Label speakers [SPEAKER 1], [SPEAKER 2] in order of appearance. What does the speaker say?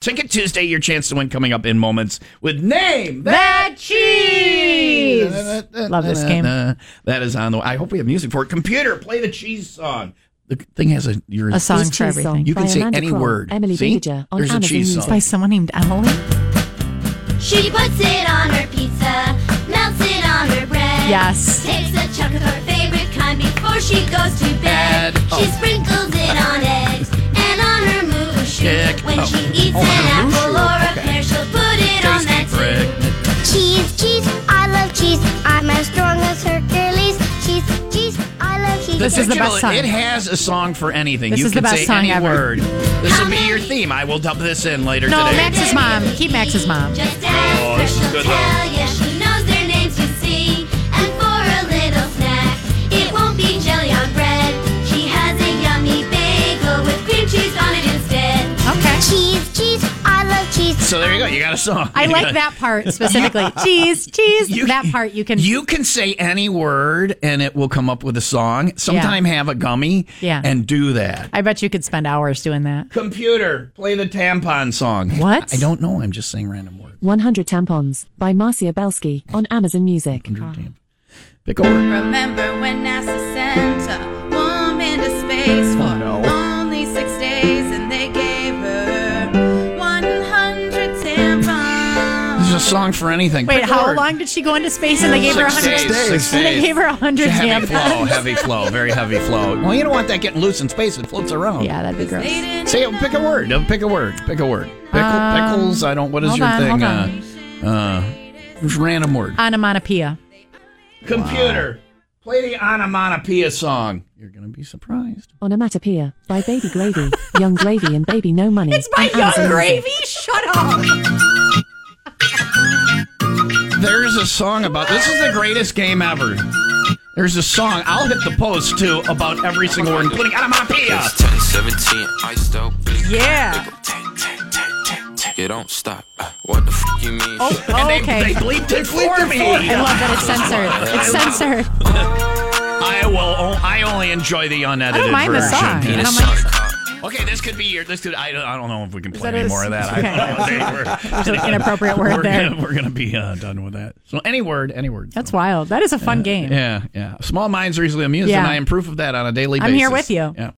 [SPEAKER 1] Ticket Tuesday, your chance to win coming up in moments with Name
[SPEAKER 2] That cheese. Love this game.
[SPEAKER 1] Uh, that is on the. I hope we have music for it. Computer, play the cheese song. The thing has a your
[SPEAKER 2] A song for
[SPEAKER 3] Cheese song.
[SPEAKER 2] everything.
[SPEAKER 1] You can
[SPEAKER 3] by
[SPEAKER 1] say
[SPEAKER 3] Amanda
[SPEAKER 1] any
[SPEAKER 3] Kroll,
[SPEAKER 1] word.
[SPEAKER 3] Emily
[SPEAKER 1] See?
[SPEAKER 3] Bader on
[SPEAKER 1] There's a
[SPEAKER 3] Amazon
[SPEAKER 1] cheese
[SPEAKER 3] Music.
[SPEAKER 1] song.
[SPEAKER 2] By someone named Emily.
[SPEAKER 4] She puts it on her pizza, melts it on her bread.
[SPEAKER 2] Yes.
[SPEAKER 4] Takes a chunk of her favorite kind before she goes to bed.
[SPEAKER 1] Bed.
[SPEAKER 4] She
[SPEAKER 1] Oh.
[SPEAKER 4] sprinkles it on eggs and on her mooshu.
[SPEAKER 1] Chick.
[SPEAKER 4] When
[SPEAKER 1] Oh.
[SPEAKER 4] she eats
[SPEAKER 1] Oh,
[SPEAKER 4] an
[SPEAKER 1] on her
[SPEAKER 4] apple
[SPEAKER 1] mooshu.
[SPEAKER 4] or a
[SPEAKER 1] Okay.
[SPEAKER 4] pear, she'll put it on that
[SPEAKER 1] Tasty
[SPEAKER 4] too.
[SPEAKER 1] prick.
[SPEAKER 4] Cheese, cheese, I love cheese. I'm as strong as Hercules. Cheese, cheese, I love cheese.
[SPEAKER 2] This is the best song.
[SPEAKER 1] It has a song for anything.
[SPEAKER 2] This
[SPEAKER 1] you
[SPEAKER 2] is
[SPEAKER 1] can
[SPEAKER 2] the best
[SPEAKER 1] say
[SPEAKER 2] song
[SPEAKER 1] any
[SPEAKER 2] ever.
[SPEAKER 1] word. This will be
[SPEAKER 4] How
[SPEAKER 1] your
[SPEAKER 4] many-
[SPEAKER 1] theme. I will dump this in later
[SPEAKER 2] No,
[SPEAKER 1] today.
[SPEAKER 2] Max is- Max's mom. Keep Max's mom.
[SPEAKER 4] Just ask
[SPEAKER 1] Oh,
[SPEAKER 4] her,
[SPEAKER 1] this is
[SPEAKER 4] she'll
[SPEAKER 1] good, though.
[SPEAKER 4] tell you. She knows their names, you see. And for a little snack, it won't be jelly on bread. She has a yummy bagel with cream cheese on it instead.
[SPEAKER 2] Okay.
[SPEAKER 4] Cheese, cheese, I love cheese.
[SPEAKER 1] so there you go. You got a song.
[SPEAKER 2] I
[SPEAKER 1] You
[SPEAKER 2] like
[SPEAKER 1] got-
[SPEAKER 2] that part specifically. cheese, cheese.
[SPEAKER 1] You-
[SPEAKER 2] that part you can.
[SPEAKER 1] You can say any word and it will come up with a song. Sometime have a gummy
[SPEAKER 2] Yeah.
[SPEAKER 1] and do that.
[SPEAKER 2] I bet you could spend hours doing that.
[SPEAKER 1] Computer, play the tampon song.
[SPEAKER 2] What?
[SPEAKER 1] I don't know. I'm just saying random words.
[SPEAKER 3] 100 Tampons by Marcia Belsky on Amazon Music.
[SPEAKER 1] Pick a word.
[SPEAKER 5] Remember when NASA sent a woman to space for
[SPEAKER 1] no.
[SPEAKER 5] only six days and they gave her 100
[SPEAKER 1] This is a
[SPEAKER 5] tampons?
[SPEAKER 1] song for anything.
[SPEAKER 2] Wait,
[SPEAKER 1] Pick a
[SPEAKER 2] how
[SPEAKER 1] word.
[SPEAKER 2] long did she go into space and they gave her
[SPEAKER 1] Six
[SPEAKER 2] 100?
[SPEAKER 1] days, six
[SPEAKER 2] And they
[SPEAKER 1] days.
[SPEAKER 2] gave her 100
[SPEAKER 1] Heavy flow,
[SPEAKER 2] tampons.
[SPEAKER 1] heavy flow, very heavy flow. Well, you don't want that getting loose in space. It floats around.
[SPEAKER 2] Yeah, that'd be gross.
[SPEAKER 5] They didn't
[SPEAKER 1] Say, pick a word. Uh, Pick a word. Pick a word. Pickle,
[SPEAKER 2] Um,
[SPEAKER 1] pickles. I don't. What is
[SPEAKER 2] hold
[SPEAKER 1] your
[SPEAKER 2] on, Uh,
[SPEAKER 1] thing?
[SPEAKER 2] hold
[SPEAKER 1] Uh, uh, just random word.
[SPEAKER 2] Onomatopoeia.
[SPEAKER 1] Computer, play the onomatopoeia song. You're gonna be surprised.
[SPEAKER 3] Onomatopoeia by Baby Gravy, Young Gravy and Baby No Money.
[SPEAKER 2] It's by
[SPEAKER 3] on Amazon
[SPEAKER 2] Young
[SPEAKER 3] Music.
[SPEAKER 2] Gravy. Shut up.
[SPEAKER 1] There's a song about this is the greatest game ever. There's a song. I'll hit the post too about every single word, including onomatopoeia.
[SPEAKER 6] It's 10, 17, iced out.
[SPEAKER 2] Yeah.
[SPEAKER 6] You don't stop. Uh, What the f you mean?
[SPEAKER 2] Oh,
[SPEAKER 1] They, they
[SPEAKER 2] okay.
[SPEAKER 1] bleeped it for me.
[SPEAKER 2] I love that it's censored. It's censored.
[SPEAKER 1] I will. o- I only enjoy the unedited
[SPEAKER 2] I don't mind the
[SPEAKER 1] version.
[SPEAKER 2] song. I
[SPEAKER 6] Penis
[SPEAKER 2] don't mind-
[SPEAKER 6] suck.
[SPEAKER 1] Okay, this could be your. This could. I don't, I don't know if we can play
[SPEAKER 2] that
[SPEAKER 1] any
[SPEAKER 2] a-
[SPEAKER 1] more of that.
[SPEAKER 2] okay.
[SPEAKER 1] I,
[SPEAKER 2] There's an inappropriate word
[SPEAKER 1] we're
[SPEAKER 2] there.
[SPEAKER 1] Gonna, we're gonna be uh, done with that. So any word, any word.
[SPEAKER 2] That's
[SPEAKER 1] So,
[SPEAKER 2] wild. That is a fun game.
[SPEAKER 1] Yeah, yeah. Small minds are easily amused,
[SPEAKER 2] Yeah.
[SPEAKER 1] and I am proof of that on a daily basis.
[SPEAKER 2] I'm here with you.
[SPEAKER 1] Yeah.